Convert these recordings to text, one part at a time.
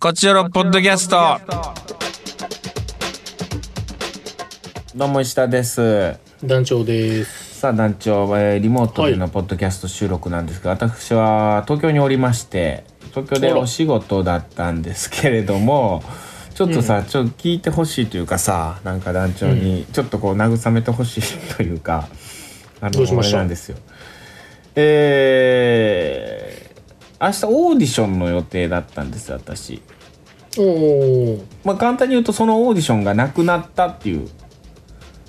こちらのポッドキャスト。どうも石田です。団長です。さあ団長、えーリモートでのポッドキャスト収録なんですが、私は東京におりまして、東京でお仕事だったんですけれども、ちょっとさ、ちょっと聞いてほしいというかさ、なんか団長にちょっとこう慰めてほしいというか、あのどうしましたあれなんですよ。えー、明日オーディションの予定だったんです私。おお。まあ簡単に言うとそのオーディションがなくなったっていううん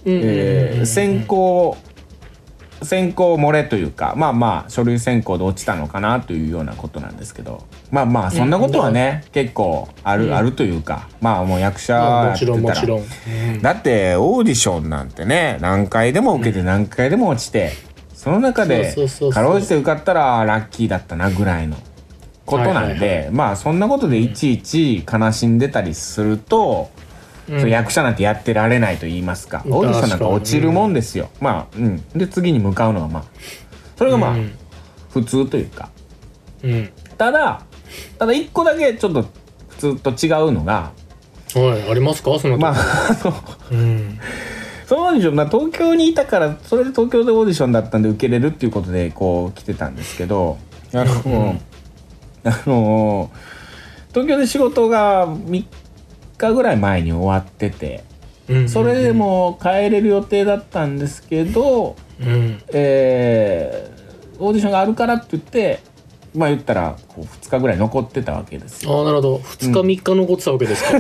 えー選考選考漏れというかまあまあ書類選考で落ちたのかなというようなことなんですけどまあまあそんなことはね、結構ある、あるというかまあもう役者まあやもってちたらろんもちろん。だってオーディションなんてね何回でも受けて何回でも落ちてその中でそうそうそうそうかろうじて受かったらラッキーだったなぐらいのことなんはいはでまあそんなことでいちいち悲しんでたりすると。うんそう役者なんてやってられないと言いますか、うんオーディションなんか落ちるもんですよ、まあうんで次に向かうのはまあそれがまあうん普通というか、うん。ただただ一個だけちょっと普通と違うのがはいありますかその。まああ のうん。そのオーディション、まあ、東京にいたからそれで東京でオーディションだったんで受けれるっていうことでこう来てたんですけどあの、あの東京で仕事が3日ぐらい前に終わっててうんそれで。もう帰れる予定だったんですけど、うん。えーオーディションがあるからって言ってまあ言ったらこう2日ぐらい残ってたわけですあよ。あなるほど。二日三日残ってたわけですか。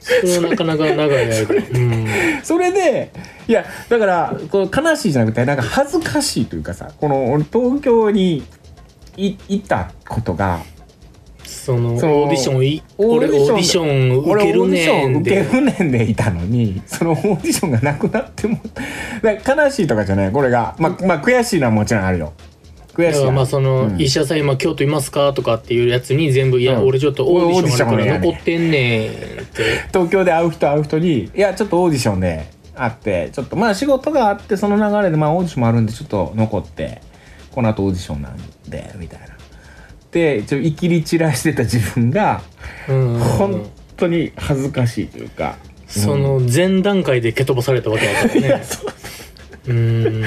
それはなかなか長い間。うん。それでいやだからこの悲しいじゃなくてなんか恥ずかしいというかさこの俺東京にいいたことがそのオそのーディションいオーデ俺ィオションーディション受俺けオるーディショねンん受で。けるねんでいたのにそのオーディションがなくなってもだから悲しいとかじゃないこれがまあまあ悔しいのはもちろんあるよ悔だしいかのらはまあその、医者さん今京都いますかとかっていうやつに全部「いや、うん俺ちょっとオーディションあるからオーディションやねん残ってんねん」って東京で会う人会う人に「いやちょっとオーディションで会ってちょっとまあ仕事があってその流れでまあオーディションもあるんでちょっと残ってこの後オーディションなんで」みたいな。でちょっといきり散らしてた自分がうん本当に恥ずかしいというか、その前段階で蹴飛ばされたわけだからね。 うー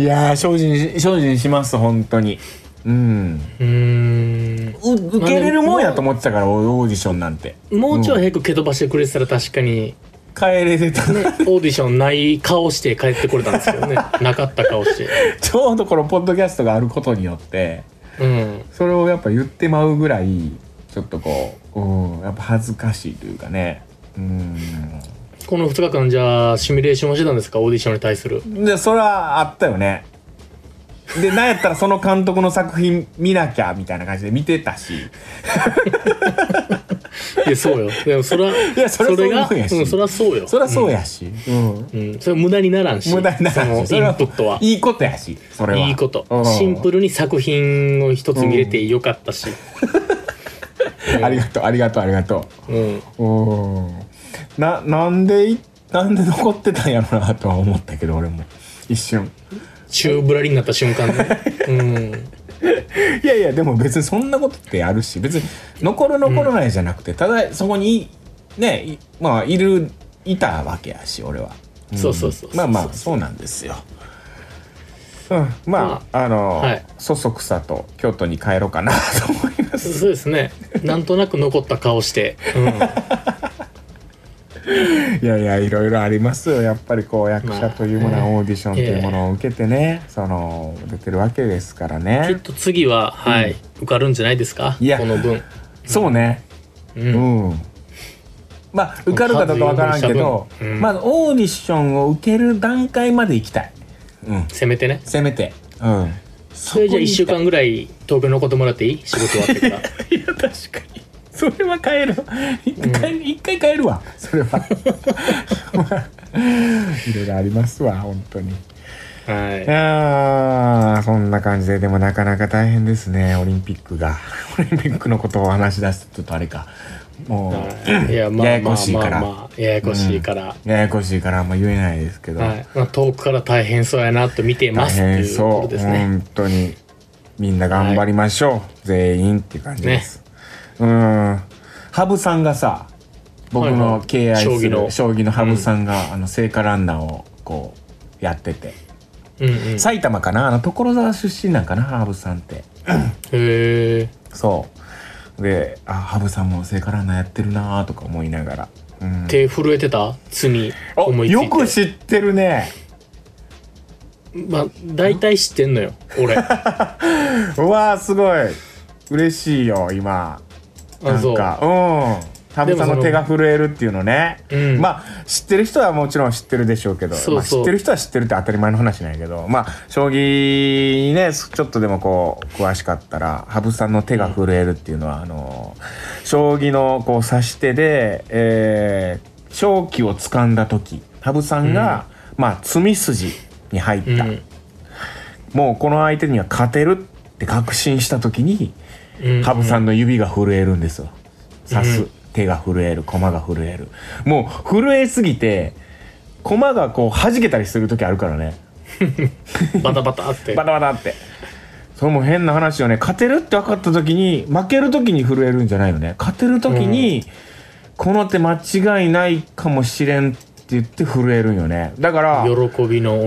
ん。いやー精進し精進します本当にうんうーん。う受けれるもんやと思ってたからオオーディションなんてもうちょい早く蹴飛ばしてくれてたら確かに、帰れてた ね、オーディションない顔して帰ってこれたんですけどね。なかった顔して。ちょうどこのポッドキャストがあることによってうん。それをやっぱ言ってまうぐらいちょっとこう、うん、やっぱ恥ずかしいというかねうんこの2日間じゃあシミュレーションをしてたんですかオーディションに対する。でそれはあったよねでなんやったらその監督の作品見なきゃみたいな感じで見てたしいや、そうよ。でもそら、いやそりゃそういうもんやしうん、そらそうよ。そりゃそうやし、うんうん。それ無駄にならんし。無駄にならんしそそのれインプットは。いいことやしそれはいいことうん。シンプルに作品を一つ見れてよかったし。ありがとうありがとうありがとうん。ううんななんでいなんで残ってたんやろなとは思ったけど俺も一瞬宙ぶらりになった瞬間 ね。いやいやでも別にそんなことってあるし別に残る残らないじゃなくて、ただそこにねいまあいるいたわけやし俺は、んそうそうそうそうまあまあそうなんですよ、うん、まああの、はいそそくさと京都に帰ろうかなと思いまうん。す そうですね。なんとなく残った顔して。いやいやいろいろありますよやっぱりこう役者というものはまあオーディションというものを受けてねその出てるわけですからう ん。きっねと次は、はい、受かるんじゃないですかいやこの分。そうねうんうんまあ受かるかどうかわからんけど、数うんまあオーディションを受ける段階まで行きたい、うん、せめてね。せめてうんそれじゃあ1週間ぐらい東京残ってもらっていい仕事終わってから。 いや確かにそれは変える一回,、一回変えるわそれは いろいろありますわ本当に いはやーそんな感じででもなかなか大変ですねオリンピックが オリンピックのことを話し出すとちょっとあれかもい。いや、まやあやまこあしいまかあらまあ、ややこしいから。うややこしいからあんま言えないですけど、はい。まあ遠くから大変そうやなと見てま大すって変いうこそとう、ですね。本当にみんな頑張りましょう、全員っていう感じです、うーん羽生さんがさ僕の敬愛する、はいはい将将棋の羽生さんが、あの聖火ランナーをこうやってて、うんうん。へ埼玉かなあの所沢出身なんかな羽生さんってえ。そうであ羽生さんも聖火ランナーやってるなとか思いながら、うん、手震えてた罪思おいついて。よく知ってるねまあ、大体知ってんのよ、 俺。あ、うわーすごい嬉しいよ今なんそう。かうん羽生さんでもそのの手が震えるっていうのね、うんまあ知ってる人はもちろん知ってるでしょうけどそうそうまあ、知ってる人は知ってるって当たり前の話なんやけどまあ将棋にねちょっとでもこう詳しかったら羽生さんの手が震えるっていうのは、あの将棋のこう指し手で、えー勝機を掴んだ時羽生さんが、まあ詰み筋に入っうた、ん。もうこの相手には勝てるって確信した時にうん。羽生さんの指が震えるんですよ刺す、うん手が震える駒が震えるもう震えすぎて駒がこう弾けたりする時あるからねバタバタって。バタバタってそれも変な話よね勝てるって分かった時に負ける時に震えるんじゃないよね勝てる時に、この手間違いないかもしれんって言って震えるんよねだから喜びの、う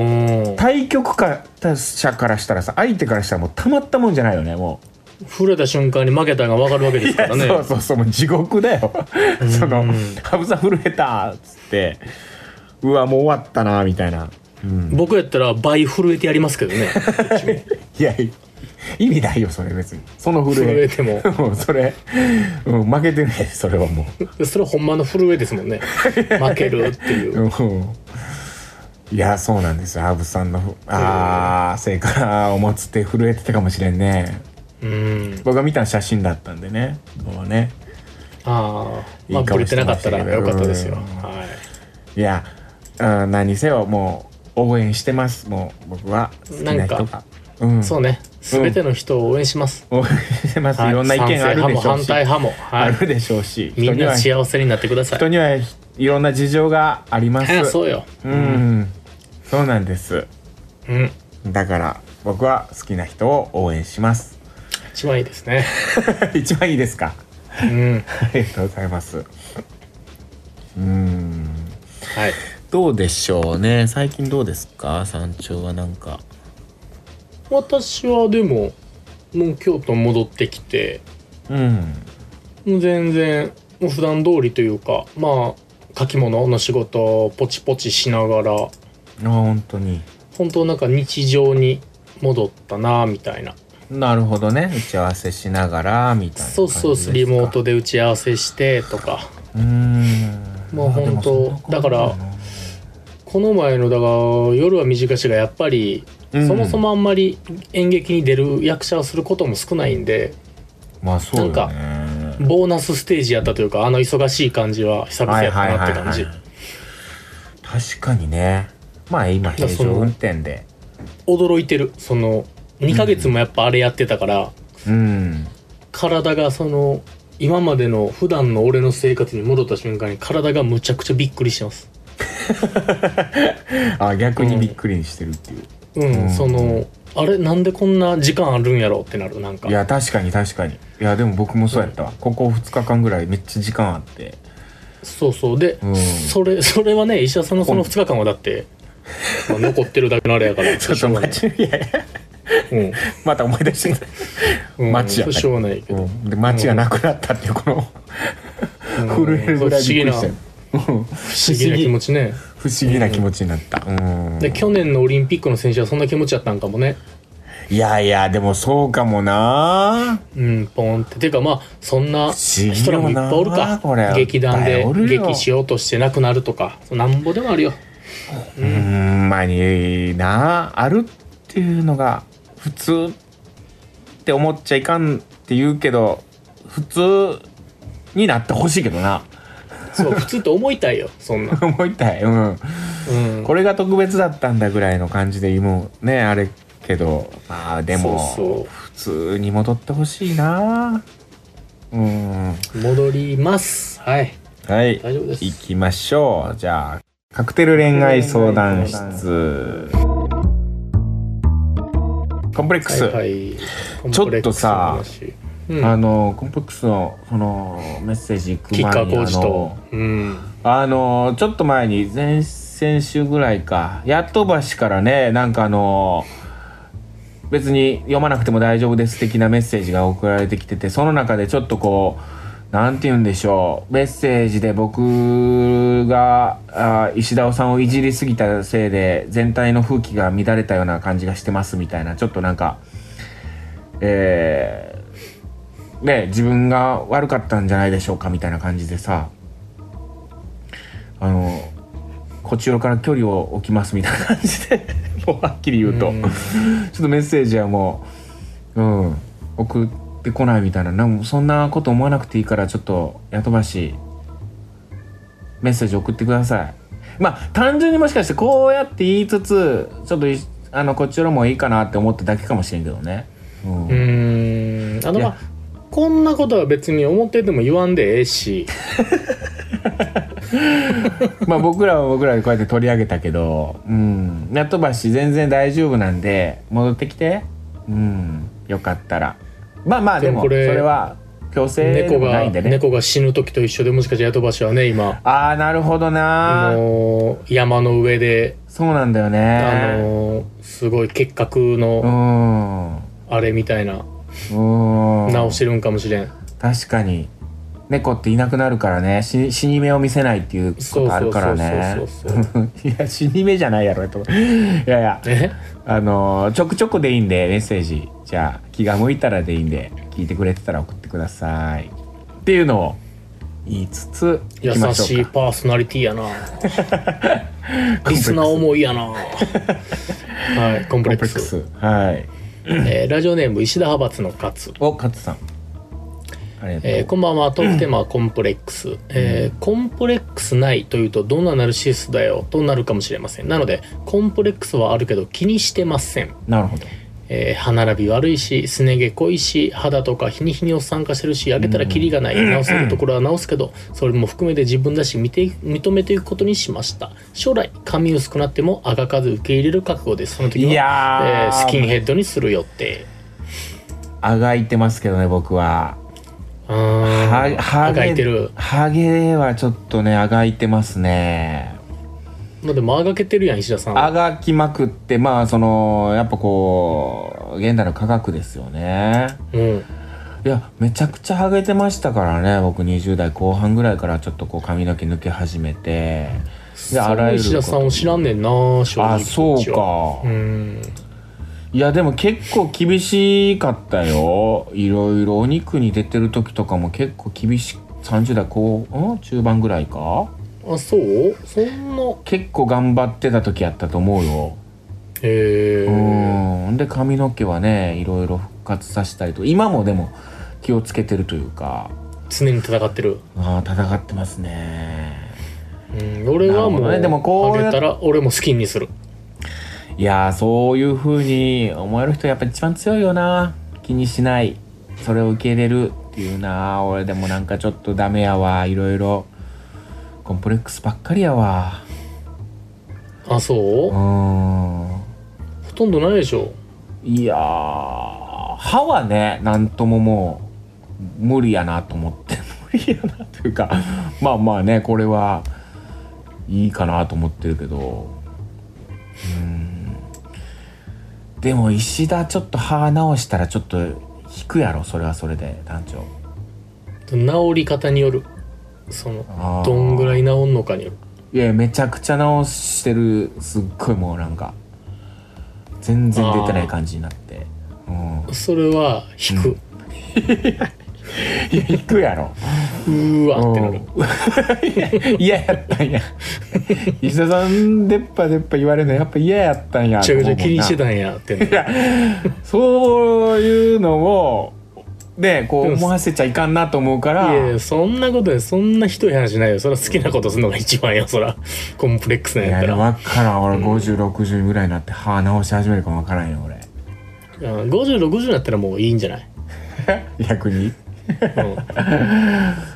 ん。対局か者からしたらさ相手からしたらもうたまったもんじゃないよねもう震えた瞬間に負けたのが分かるわけですから ね。そうそうそうもう地獄だよそのうん「羽生さん震えた」っつって「うわもう終わったな」みたいな、うん、僕やったら倍震えてやりますけど ね。いやい意味ないよそれ別にその震震ええても。もうそれ、うん、負けてないそれはも、それほんまの震えですもんね。負けるっていうう。うんいやそうなんですよ羽生さんのああ聖火を持つって震えてたかもしれんねうん。僕が見た写真だったんでねこうねああ。まいあ、い顔ぶれしててなかまっしたたけどらよかったですよ。うんはいや、うん、何にせよもう応援してますもう僕は好きな人ながんかうんい。、そうね。すべての人を応援します。応援してます、、はいろんな意見あるでしょう賛し、成派も反対あ派も。はい。るでしょうしみんな人には幸せになってください人。にはいろんな事情があります、はい、そうよ。うん、そうなんですうん。だから僕は好きな人を応援します 一番いいですね。一番いいです かうん。ありがとうございますうんはい。どうでしょうね最近どうですか山頂はなんか私はでも、もう京都戻ってきて、うんもう全然、もう普段通りというか、まあ、書き物の仕事をポチポチしながら、あ本当に本当なんか日常に戻ったな、みたいな。なるほどね打ち合わせしながらみたいな感じそうそうですかリモートで打ち合わせしてとか。うーんもう本当あでもそんなことないなこの前の、だから、夜は短しがやっぱり、うんそもそもあんまり演劇に出る役者をすることも少ないんで、まあそうよねボーナスステージやったというか、あの忙しい感じは久々やったなって感じ。確かにねまあ今平常運転で驚いてる。その、2ヶ月もやっぱあれやってたから、うん体がその、今までの普段の俺の生活に戻った瞬間に体がむちゃくちゃびっくりしてます。あ逆にびっくりしてるっていう、うん、うんその、あれなんでこんな時間あるんやろってなる、なんか。いや確かに確かにいやでも僕もそうやったわ、ここ2日間ぐらいめっちゃ時間あってそうそう。で、うんそれ、 それはね、石田さんのその2日間はだって、まあ残ってるだけのあれ やから。ちょっと待ちいやいやうん。また思い出してきたうん街やからしょうがないけど。うんで街がなくなったっていうこのうん震えるぐらいびっくりしたようん不思議な気持ちね。不思議な気持ちになった、うんで去年のオリンピックの選手はそんな気持ちだったんかもね。いやいやでもそうかもなうん、ポンって。てかまあ、そん不な思議よな人らもいっぱいおるかこれ。劇団いっでぱいおるよ劇しようとしてなくなるとか、なんぼでもあるよ。うんまあになあるっていうのが普通って思っちゃいかんって言うけど普通になってほしいけどな そう、普通って思いたいよ、そんな。思いたい、うん、うん。これが特別だったんだぐらいの感じでもうねあれけどまあでもそう普通に戻ってほしいなうんそう。戻ります。はい。はい大丈夫です。行きましょうじゃあカクテル恋愛相談室コンプレックス、はいはい、ちょっとさコンプレックスの話うんあのコンプックスのそのメッセージ行くキッカ前ーに工あ事との。うん。あのちょっと前に前先週ぐらいかやっと橋からねなんかあの別に読まなくても大丈夫です的なメッセージが送られてきててその中でちょっとこうなんて言うんでしょうメッセージで僕があ石田さんをいじりすぎたせいで全体の風紀が乱れたような感じがしてますみたいなちょっとなんかえーね自分が悪かったんじゃないでしょうかみたいな感じでさあのこちらから距離を置きますみたいな感じで もうはっきり言うと、うんちょっとメッセージはもう、うん、送ってこないみたいななんもそんなこと思わなくていいからちょっとやとばしメッセージ送ってくださいまあ単純にもしかしてこうやって言いつつちょっといあのこっちらもいいかなって思っただけかもしれんけどね、うんうーんあのいまやあこんなことは別に思ってても言わんでええしまあ僕らは僕らでこうやって取り上げたけど、うん、やっとばし全然大丈夫なんで戻ってきて、うん、よかったら。まあまあでもでもこそれれは強制で猫もなが、いんでね。猫が死ぬ時と一緒でもしかしてヤトバシはね今ああなるほどな。もう山の上で、そうなんだよあね。のすごい結核のあれみたいな、うん、うん、直してるんかもしれん確かに猫っていなくなるからね死に死に目を見せないっていうこそうとあそるうかそらうねそう。そうそう いや死に目じゃないやろと。いやいや。えあのーちょくちょくでいいんでメッセージじゃあ気が向いたらでいいんで聞いてくれてたら送ってくださいっていうのを言いつつ優行きまししょいうかパーソナリティやなリスナー思いやなはいコンコプレンプレッッククススはいえーラジオネーム石田派閥の勝お勝さんありがとう、えーこんばんはトークテーマはコンプレックス、えーコンプレックスないというとどんなナルシストだよとなるかもしれませんなのでコンプレックスはあるけど気にしてません、なるほどえー歯並び悪いしすね毛濃いし肌とか日に日におっさん化してるし焼けたらキリがない、直せるところは直すけどそれも含めて自分だし見て認めていくことにしました将来髪薄くなってもあがかず受け入れる覚悟ですその時いは、やえーー、スキンヘッドにする予定あがいてますけどね僕はあはあはがいてるハゲはちょっとねあがいてますねまあでもあがけてるやん石田さんはあがきまくってまあそのやっぱこう現代の科学ですよねうんいやめちゃくちゃハゲてましたからね僕20代後半ぐらいからちょっとこう髪の毛抜け始めてであらゆる石田さんを知らんねんな正直あそうか、うんいやでも結構厳しかったよいろいろお肉に出てる時とかも結構厳しい30代後うん中盤ぐらいかあそうそんな結構頑張ってた時やったと思うよへえうんで髪の毛はねいろいろ復活させたりと今もでも気をつけてるというか常に戦ってる、あー戦ってますねうん、俺はなるもほうどねでもこうやあげたら俺もスキンにするいやーそういう風に思える人やっぱ一番強いよな気にしないそれを受け入れるっていうな俺でもなんかちょっとダメやわいろいろコンプレックスばっかりやわあそううーんほとんどないでしょいやー歯はねなんとももう無理やなと思って無理やなというか まあまあねこれはいいかなと思ってるけどうんでも石田ちょっと歯直したらちょっと引くやろそれはそれで団長治り方によるそのあーどんぐらい治んのかによるいやめちゃくちゃ直してるすっごいもうなんか全然出てない感じになってうんそれは引く、いや引くやろうーわってなるうん嫌やったんや石田さん出っ歯出っ歯言われるのやっぱ嫌やったんやめちゃくちゃ気にしてたたんやってなるそういうのをねこでうも思わせちゃいかんなと思うかいらやいやそんなことでそんなひどい話ないよそれは好きなことするのが一番よそらコンプレックスなんいやっやたでらも分からん俺5060ぐらいになって歯直し始めるかも分からんよ俺 うん5060になったらもういいんじゃない、逆 にうん、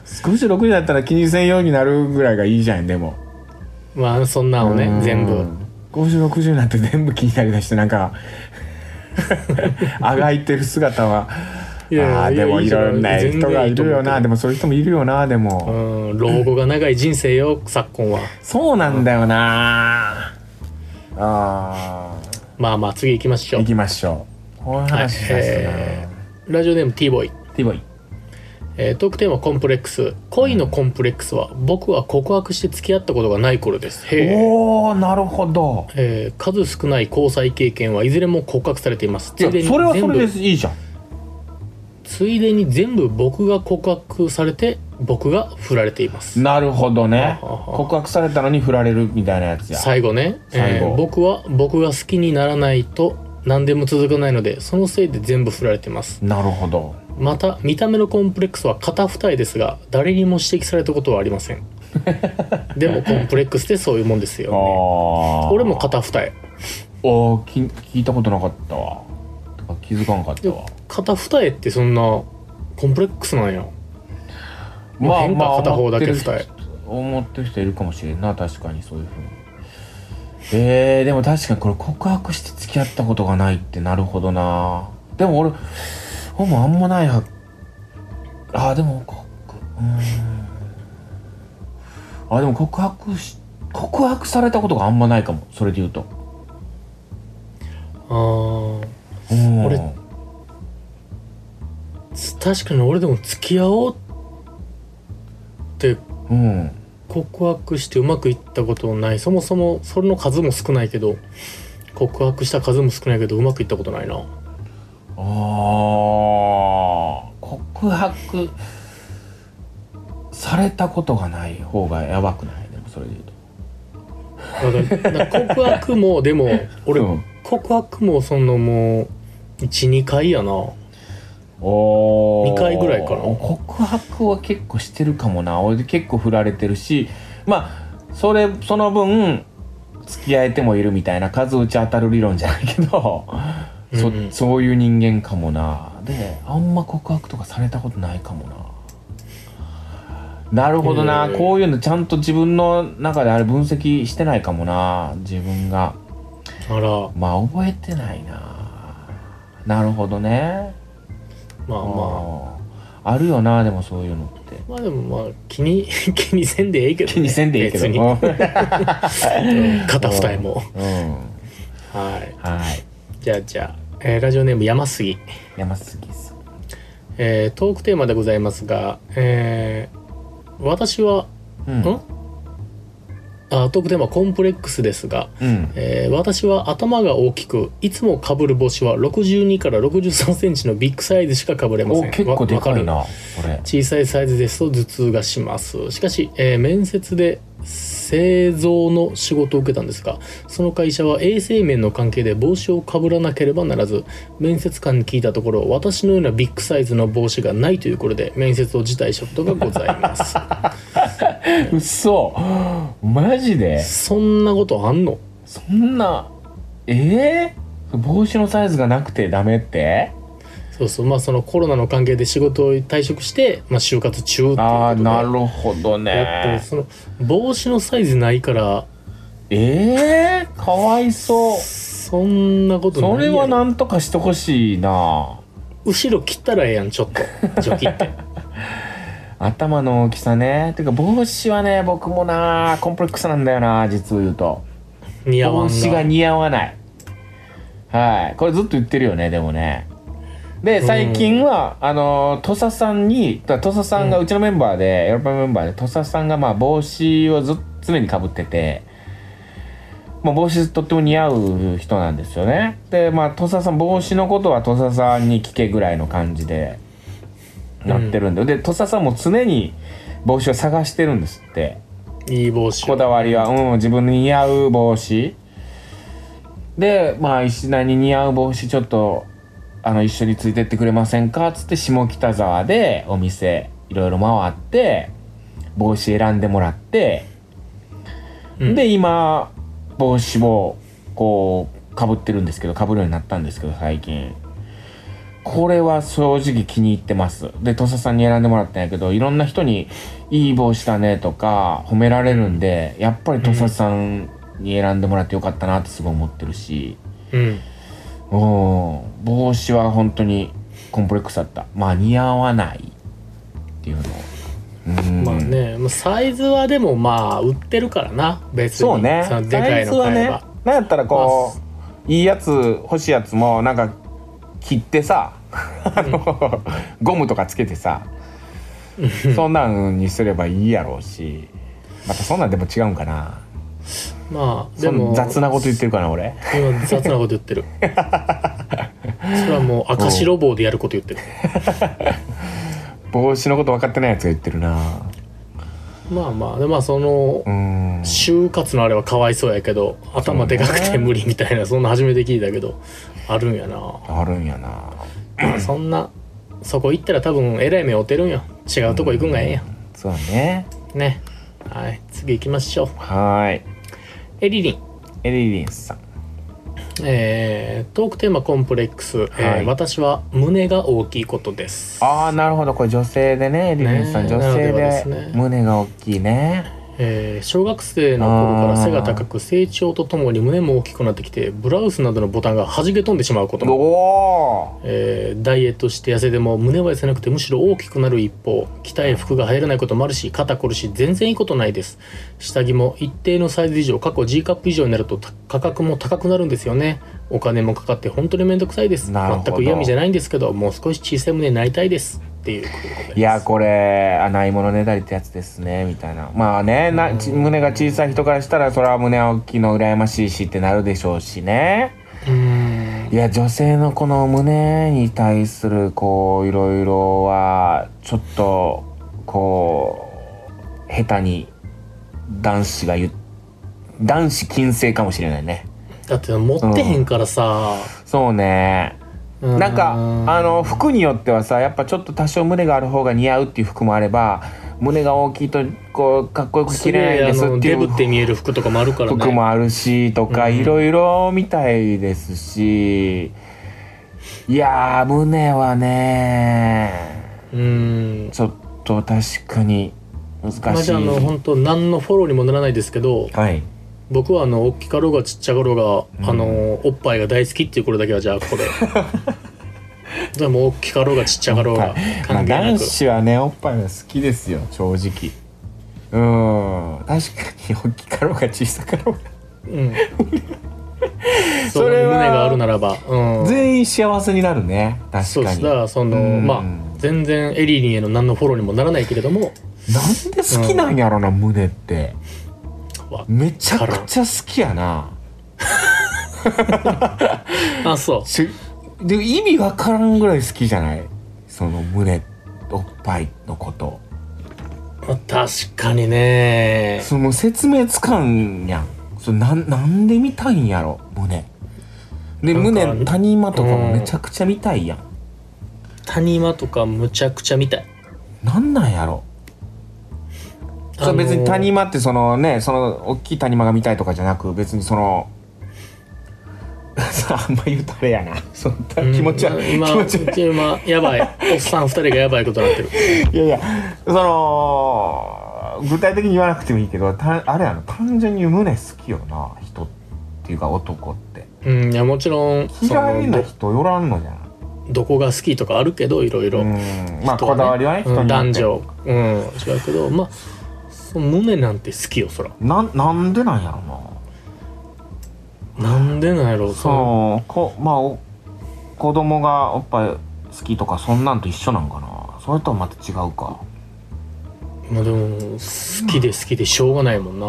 5060になったら気にせんようになるぐらいがいいじゃんでもまあそんなのね全部5060になって 全部気になりだしてなんかあがいてる姿はいやいやあーでもいやいいいじゃないろんな人がいるよ全然いいと思うけどなでもそういう人もいるよなでも、うん老後が長い人生よ昨今はそうなんだよなあまあまあ次行きましょーう行きましょうこの話しだすな、えラジオネーム T ボーイティボイえートークテーマコンプレックス恋のコンプレックスは僕は告白して付き合ったことがない頃ですへえおおなるほどえー数少ない交際経験はいずれも告白されていますいやでにそれはそ全部れですいいじゃんついでに全部僕が告白されて僕が振られていますなるほどねははは告白されたのに振られるみたいなやつや最後ね、最後えー僕は僕が好きにならないと何でも続かないのでそのせいで全部振られてますなるほどまた見た目のコンプレックスは片二重ですが誰にも指摘されたことはありませんでもコンプレックスってそういうもんですよあねあ俺も片二重おーき聞いたことなかったわとか気づかなかったわ片二重ってそんなコンプレックスなんやまあ変まあ化片方だけ二重思ってる人いるかもしれんな確かにそういうふうにえー、でも確かにこれ告白して付き合ったことがないってなるほどなでも俺ほぼあんまないはあーでも告うーんあでも告白し告白されたことがあんまないかもそれで言うとあーうん俺確かに俺でも付き合おうってうん告白してうまくいったことないそもそもそれの数も少ないけど告白した数も少ないけどうまくいったことないなああ告白されたことがない方がやばくないでもそれで言うとだからだから告白もでも俺うん告白もそのもう12回やなおー二回ぐらいかな告白は結構してるかもな俺結構振られてるしまあそれその分付き合えてもいるみたいな数打ち当たる理論じゃないけど、そうんうんそういう人間かもなであんま告白とかされたことないかもななるほどな、うんこういうのちゃんと自分の中であれ分析してないかもな自分があらまあ覚えてないななるほどねまあまああーあるよなでもそういうのってまあでもまあ気に 気にせんでええけど、ね、気にせんでいいけど別にうんうん片二重も うんはいはいじゃあじゃあ、えーラジオネーム山杉山杉さんえートークテーマでございますが、えー私は、うんんあトークテーマはコンプレックスですが、うんえー私は頭が大きくいつもかぶる帽子は62から63センチのビッグサイズしかかぶれまおせん結構わでかいわるなこれ小さいサイズですと頭痛がしますしかし、えー面接で製造の仕事を受けたんですがその会社は衛生面の関係で帽子をかぶらなければならず面接官に聞いたところ私のようなビッグサイズの帽子がないということで面接を辞退したことがございます うそマジでそんなことあんのそんなえー、帽子のサイズがなくてダメってそうそうまあそのコロナの関係で仕事を退職して、まあ、就活中っていうことでああなるほどやっぱねその帽子のサイズないからえー、かわいそうそんなことないそやろれはなんとかしてほしいな後ろ切ったらええやんちょっ とジョキって頭の大きさねてか帽子はね僕もなコンプレックスなんだよな実を言うと似合わん帽子がが似合わないはいこれずっと言ってるよねでもねでうん最近は、あの土佐さんにだ土佐さんが、ううんちのメンバーでヨーロッパメンバーで土佐さんがまあ帽子をずっ常にかぶってて、まあ、帽子とっても似合う人なんですよねでまあ土佐さん帽子のことは土佐さんに聞けぐらいの感じでなってるんで、で土佐さんも常に帽子を探してるんですっていい帽子こだわりは、うん、自分に似合う帽子でまあ石田に似合う帽子ちょっとあの一緒についてってくれませんかっつって下北沢でお店いろいろ回って帽子選んでもらって、うんで今帽子をこうかぶってるんですけどかぶるようになったんですけど最近これは正直気に入ってますで土佐さんに選んでもらったんやけどいろんな人に「いい帽子だね」とか褒められるんでやっぱり土佐さんに選んでもらってよかったなってすごい思ってるしうんうん帽子は本当にコンプレックスだった間に合わないっていうのうんまあね、まあサイズはでもまあ売ってるからな別にそうねのでかいの買えば、なんやったらこう、いいやつ欲しいやつもなんか切ってさあの、ゴムとかつけてさそんなんにすればいいやろうしまたそんなんでも違うんかなまあでそもん雑なこと言ってるかな俺今雑なこと 言ってるそれはもう赤白棒でやること言ってる帽子のこと分かってないやつが言ってるなまあまあでまあそのうん就活のあれはかわいそうやけど頭でかくて無理みたいなそんな初めて聞いたけどあるんやなあるんやなそんなそこ行ったら多分えらい目をてるんよ違うとこ行くんがええんやそうねねはい次行きましょうはーいエリリンエリリンさんえートークテーマコンプレックス、えーはい私は胸が大きいことです、ああなるほどこれ女性でねエリリンさん、ね女性ならではですでね胸が大きいねえー小学生の頃から背が高く成長とともに胸も大きくなってきてブラウスなどのボタンが弾け飛んでしまうことおも、おえーダイエットして痩せても胸は痩せなくてむしろ大きくなる一方着たい服が入らないこともあるし肩こるし全然いいことないです下着も一定のサイズ以上過去 G カップ以上になるとた価格も高くなるんですよねお金もかかって本当に面倒くさいですなるほど全く嫌味じゃないんですけどもう少し小さい胸になりたいですっていうことでございますいやこれあないものねだりってやつですねみたいなまあねなち胸が小さい人からしたらそれは胸大きいの羨ましいしってなるでしょうしねうーんいや女性のこの胸に対するこういろいろはちょっとこう下手に男子が言う男子禁制かもしれないねだって持ってへんからさ、そうねなんかあの服によってはさやっぱちょっと多少胸がある方が似合うっていう服もあれば胸が大きいとこうかっこよく着綺れない麗でですっていデブうって見える服とかもあるからね服もあるしとかいろいろみたいですしいやー胸はねうーんちょっと確かに難ましあい。じゃああの本当何のフォローにもならないですけどはい、僕はあの大きかろうがちっちゃかろうが、あのおっぱいが大好きっていうことだけはじゃあここででも大きかろうがちっちゃかろうがまあ、関係な男く、子はねおっぱいが好きですよ正直うん確かに大きかろうが小さかろうが うん、そそこにれは胸があるならば、うん、全員幸せになるね確かにそうですだからそのうんまあ全然エリリンへの何のフォローにもならないけれどもなんで好きなんやろな、胸ってわめちゃくちゃ好きやなあそうしでも意味わからんぐらい好きじゃないその胸おっぱいのことまあ確かにねその説明つかんやんそのなんなんで見たいんやろ胸でなんか胸谷間とかもうんめちゃくちゃ見たいやん、谷間とかむちゃくちゃ見たいなんなんやろそれ別に谷間間ってそのねその大きい谷間が見たいとかじゃなく別にその さああんま言うとあれやなそんな気持ちは、今気持ちは今やばいおっさん二人がやばいことになってるいやいやその具体的に言わなくてもいいけどたあれやな単純に胸好きよな人っていうか男ってうんいやもちろんそ嫌いなのど人よらんのじゃんどこが好きとかあるけどいろいろ、うんまあ人こだわりはね人うによってん男女うん違うけどまあその胸なんて好きよそらなんなんでなんやろななんでなんやろそののこまあお子供がおっぱい好きとかそんなんと一緒なんかなそれとはまた違うかまあでも好きで好きでしょうがないもんな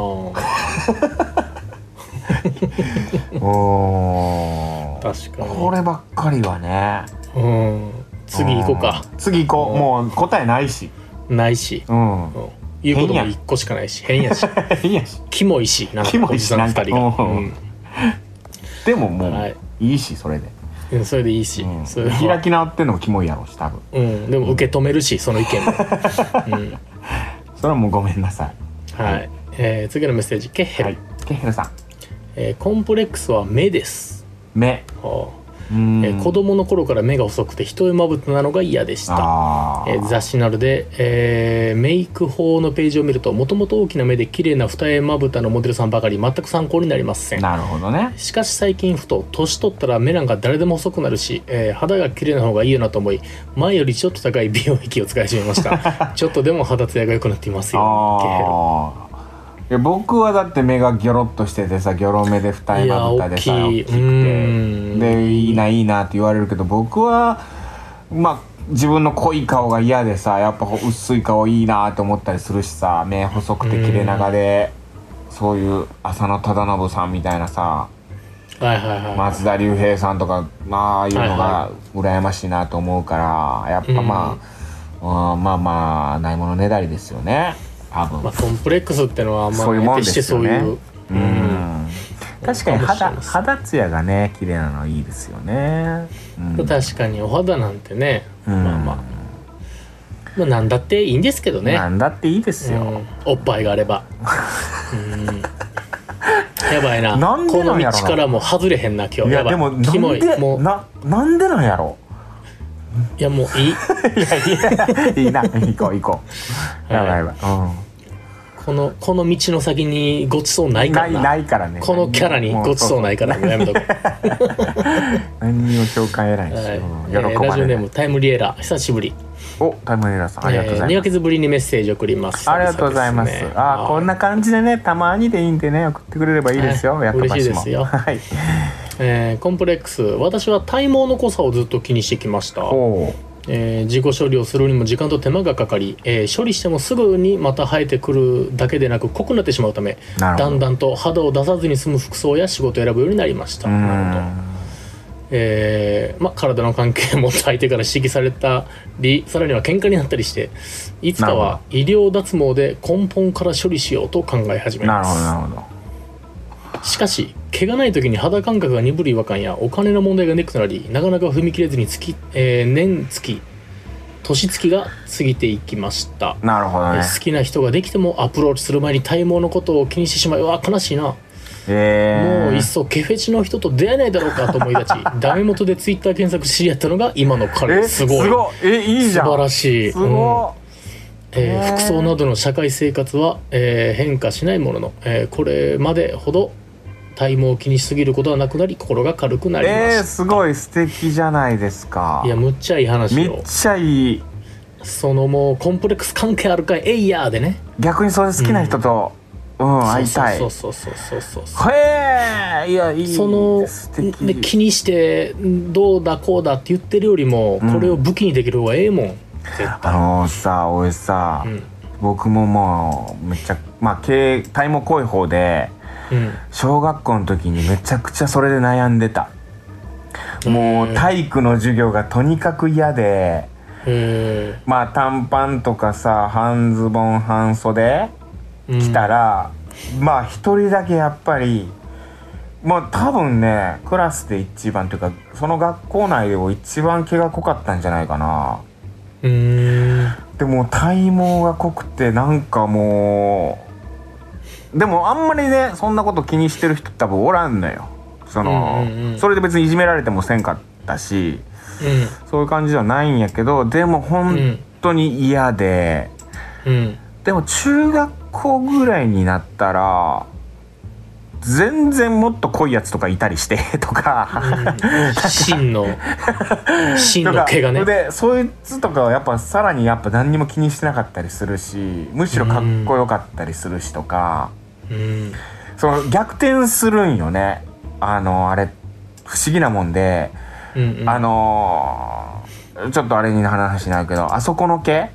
おー確かにこればっかりはねうん次行こうかん次行こううんもう答えないしないし、うんうん、言うことも一個しかないし変やしいやしキ モい しなんキかモおいじしさん二人なんかが、うんうんでももはういいいしそれで、うん、それでいいし、うんそれは開き直ってんのもキモいやろうし多分うん、でも受け止めるし、その 意見も、うん、それはもうごめんなさいはい、えー次のメッセージケッヘル、はいケヘルさんえーコンプレックスは目です目あーうんえー子供の頃から目が細くて一重まぶたなのが嫌でしたあえー雑誌などで、えーメイク法のページを見るともともと大きな目で綺麗な二重まぶたのモデルさんばかり全く参考になりませあんなるほどねしかし最近ふと年取ったら目なんか誰でも細くなるし、えー肌が綺麗な方がいいよなと思い前よりちょっと高い美容液を使い始めました ちょっとでも肌ツヤが良くなっていますよああいや僕はだって目がギョロッとしててさギョロ目で二重まぶたでさいや大きい大きくうんてでいいないいなって言われるけど僕はまあ自分の濃い顔が嫌でさやっぱ薄い顔いいなと思ったりするしさ目細くて切れ長でそういう浅野忠信さんみたいなさはいはいはい、松田龍平さんとかまあああいうのはが羨ましいなと思うからやっぱまあ、うんまあまあないものねだりですよね多分、まあ、コンプレックスってのはまあそういうもんですよね決してそういう、うん確かにか肌もしれません肌ツヤがね綺麗なのいいですよね、うん確かにお肌なんてね、うんまあまあまあなんだっていいんですけどね、なんだっていいですうよ、ん、おっぱいがあればうんやばいななんでなんやろなこの道からも外れへんな今日いやばでもなキモんいでもうななんでなんやろ いやもういいいやいやいい な行こう行こうやばいやばい、このこの道の先にごちそうなういん、かならいなないからねこのキャラにもごちそうないからもうやめとく、何にも共感得 ないし、はいうんえー喜ラばジオれネなーい、ムタイムリエラー久しぶりおタイムエラーさんありがとうござえーい2まヶす、月ぶりにメッセージ送りますありがとうございます。久々ですねあー、こんな感じでね、たまにでいいんでね、送ってくれればいいですよ。はいやっぱ嬉しいで すよはい。えーコンプレックス私は体毛の濃さをずっと気にしてきました、おうえー自己処理をするにも時間と手間がかかり、えー処理してもすぐにまた生えてくるだけでなく濃くなってしまうためなるほどだんだんと肌を出さずに済む服装や仕事を選ぶようになりましたうなるほどん。えーまあ、体の関係も相手から指摘されたりさらには喧嘩になったりしていつかなるは医療脱毛で根本から処理しようと考え始めなまるほど、すなるほど。しかし毛がない時に肌感覚が鈍る違和感やお金の問題がネックとなりなかなか踏み切れずに月、えー年月年月が過ぎていきました、なるほどね。好きな人ができてもアプローチする前に体毛のことを気にしてしまいうわ悲しいなえもういっー、そ毛フェチの人と出会えないだろうかと思い 立ちダメ元でツイッター検索し知り合ったのが今の彼え、すごいえ、いいじ素ゃん。晴らしいすごうんえーへー服装などの社会生活は、えー変化しないものの、えーこれまでほど体毛を気にしすぎることはなくなり心が軽くなりまえー、しすごい素敵じゃないですかたい。やむっちゃいい話めっをちゃいい。そのもうコンプレックス関係あるかいえいやーでね逆にそれ好きな人と、うん、会いたい。そうそうそうそうそうそうへえ、いや、いい。その素敵。で気にしてどうだこうだって言ってるよりもんこれを武器にできる方がええもん絶あ対のさ俺さ、うん僕ももうめっちゃまあ経体も濃い方でうん小学校の時にめちゃくちゃそれで悩んでたもう体育の授業がとにかく嫌でへまあ短パンとかさ半ズボン半袖え来たら、まあ一人だけやっぱりまあ多分ねクラスで一番というかその学校内でも一番毛が濃かったんじゃないかなうんうーんでも体毛が濃くてなんかもうでもあんまりねそんなこと気にしてる人多分おらんのよその、うんうんうんそれで別にいじめられてもせんかったしうんそういう感じではないんやけどでも本当に嫌で、うんでも中学校ぐらいになったら全然もっと濃いやつとかいたりして とか、 真の真とのか毛がねでそいつとかはやっぱさらにやっぱ何にも気にしてなかったりするしむしろかっこよかったりするしとか、うんその逆転するんよねあのあれ不思議なもんで、うんうんあのーちょっとあれに話になるけどあそこの毛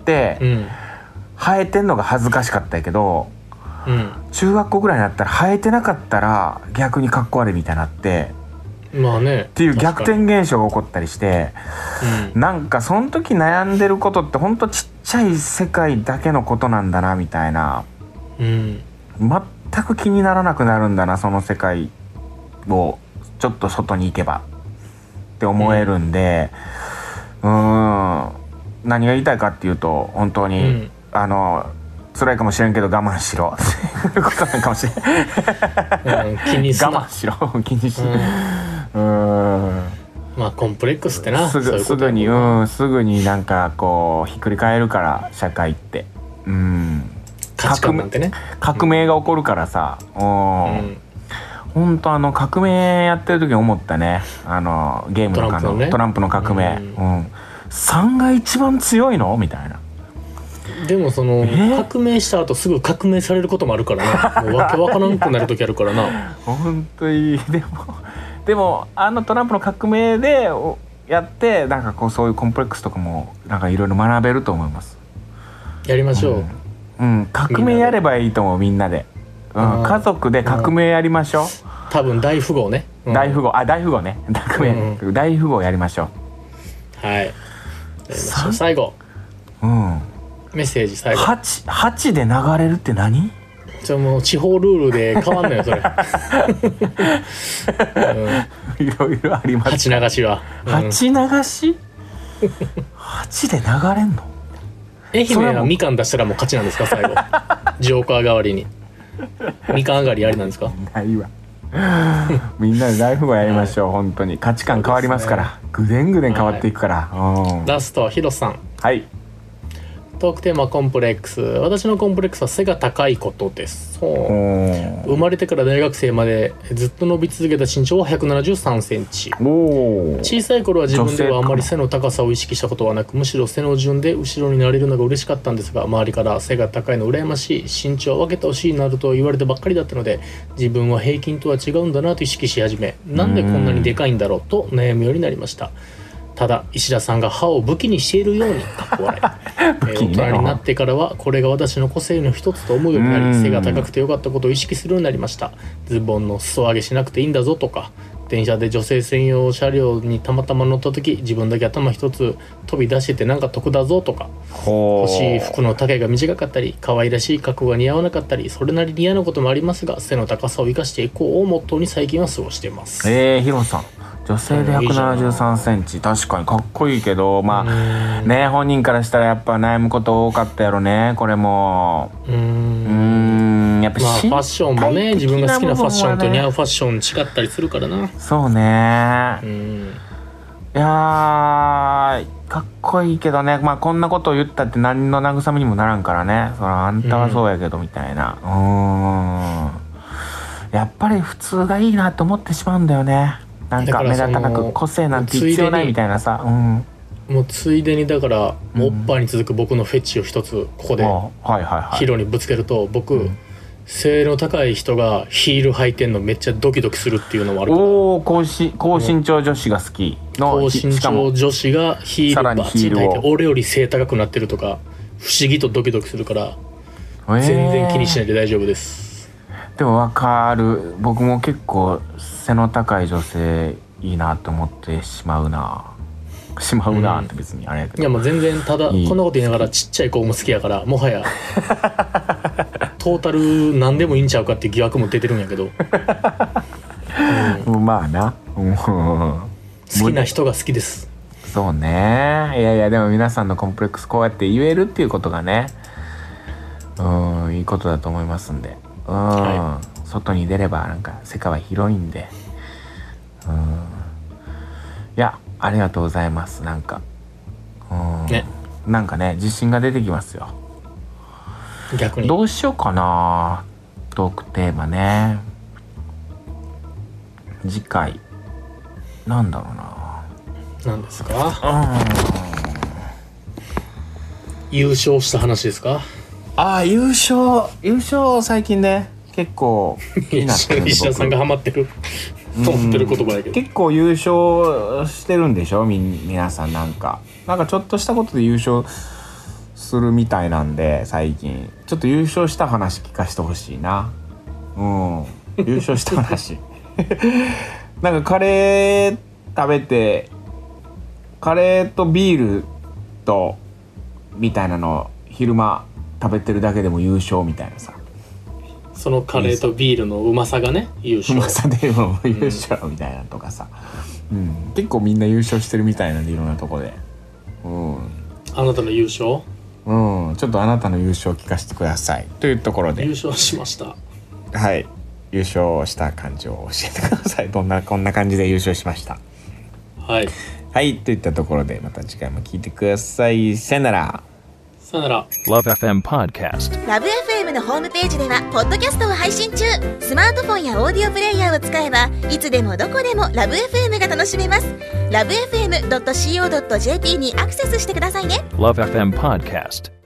ってうん生えてんのが恥ずかしかったけど中学校ぐらいになったら生えてなかったら逆にかっこ悪いみたいになってうんまあねっっていう逆転現象が起こったりして。なんかその時悩んでることってほんとちっちゃい世界だけのことなんだなみたいなうんうん全く気にならなくなるんだなその世界をちょっと外に行けばって思えるんでうーん何が言いたいかっていうと本当に、うんあの辛いかもしれんけど我慢しろっていうことなんかもしれんうん気にすな我慢しろ 気にし、うんうんまあコンプレックスってなすそういぐうこすとぐやもんにうんすぐになんかこうひっくり返るから社会ってうん価値観なんてね革命が起こるからさうん、うんほんとあの革命やってる時に思ったねあのゲームとかトランプののねトランプの革命ううん、3が一番強いのみたいなでもそのえ革命した後すぐ革命されることもあ るからなもうわけわからんくなる時あるからな本当に でもでもあのトランプの革命でおやってなんかこうそういうコンプレックスとかもなんかいろいろ学べると思いますやりましょう、うん、うん革みんな命でやればいいと思うみんなで、うん、あー家族で革命やりましょ多分大富豪ね、う、うん大富豪あ大富豪ね 革命、大富豪やりましょはいやりましょう最後ううんメッセージ最後八八で流れるって何 じゃもう地方ルールで変わんのよそれ、うん、いろいろあります。鉢流しは、うん八流 し。八で流れんの。愛それは媛もはうみかん出したらもう勝ちなんですか最後ジョーカー代わりにみかん上がりありなんですかないわ。 みんなでライフをやりましょう、 本当に価値観変わりますから。ぐでんぐでん変わっていくから。うんラストはヒロさんはい。トークテーマコンプレックス私のコンプレックスは背が高いことですそうお生まれてから大学生までずっと伸び続けた身長は1 7 3センチおー。小さい頃は自分ではあまり背の高さを意識したことはなくむしろ背の順で後ろになれるのが嬉しかったんですが周りから背が高いの羨ましい身長は分けてほしいなどと言われてばっかりだったので自分は平均とは違うんだなと意識し始めなんでこんなにでかいんだろうと悩むようになりましたただ石田さんが歯を武器にしているようにかっこ笑いえー器大ね人になってからはこれが私の個性の一つと思うようになうりん背が高くてよかったことを意識するようになりましたズボンの裾上げしなくていいんだぞとか電車で女性専用車両にたまたま乗った時自分だけ頭一つ飛び出しててなんか得だぞとかほ欲しい服の丈が短かったり可愛らしい格好が似合わなかったりそれなりに嫌なこともありますが背の高さを生かしていこうをモットーに最近は過ごしてますえー、ヒロさん。女性でうんいいじゃん173センチ確かにかっこいいけどまあうね本人からしたらやっぱ悩むこと多かったやろねこれもうーんうーんやっぱまあフ身ァッションもね自分が好きなファッションと似合ううファッション違ったりするからなそうねうんいやーかっこいいけどねまあこんなことを言ったって何の慰めにもならんからねそらあんたはそうやけどみたいなうーんやっぱり普通がいいなと思ってしまうんだよねなんだかか目ら立たそのなく個性なんて必要ないみたいなさうんもうついでにだから、もうおっぱいに続く僕のフェチを一つここでもうはいはいはヒいロにぶつけると僕、性の高い人がヒール履いてんのめっちゃドキドキするっていうのもあるからおお高身高身長女子が好きの高し身しか長も女子がヒーさルらにバチヒーンルを履いて俺より背高くなってるとか不思議とドキドキするから全然気にしないで大丈夫です、でもわかる僕も結構背の高い女性いいなと思ってしまうなしまうなって別にあれやけいど、やもう全然ただこんいいなこと言いながらちっちゃい子も好きやからも はやトータル何でもいいんちゃうかって疑惑も出てるんやけど うんまあなうん好きな人が好きですそうねいやいやでも皆さんのコンプレックスこうやって言えるっていうことがねうんいいことだと思いますんでうん、は外に出ればなんか世界は広いんでうんいやありがとうございますなんかうん、ねなんかね自信が出てきますよ逆にどうしようかなトークテーマね次回なんだろうななんですかうん優勝した話ですかああ優勝優勝最近ね結構気になってる んで石田さんがハマってると思ってる言葉やけど結構優勝してるんでしょみん皆さんなんかなんかちょっとしたことで優勝するみたいなんで最近ちょっと優勝した話聞かせてほしいなうん優勝した話 なんかカレー食べてカレーとビールとみたいなの昼間食べてるだけでも優勝みたいなさそのカレーとビールのうまさがね優う勝まさでも優勝みたいなのとかさ、うん、結構みんな優勝してるみたいなんでいろんなとこでうあなたの優勝ん、うん、ちょっとあなたの優勝を聞かせてくださいというところ優で勝しましたはい優勝した感じを教えてくださいどんなこんな感じで優勝しましたはいはいといったところでまた次回も聞いてくださいさよならさよなら Love FM Podcast. ラブ f m のホームページではポッドキャストを配信中スマートフォンやオーディオプレイヤーを使えばいつでもどこでもラブ f m が楽しめますラブ FM.co.jp にアクセスしてくださいね Love FM Podcast.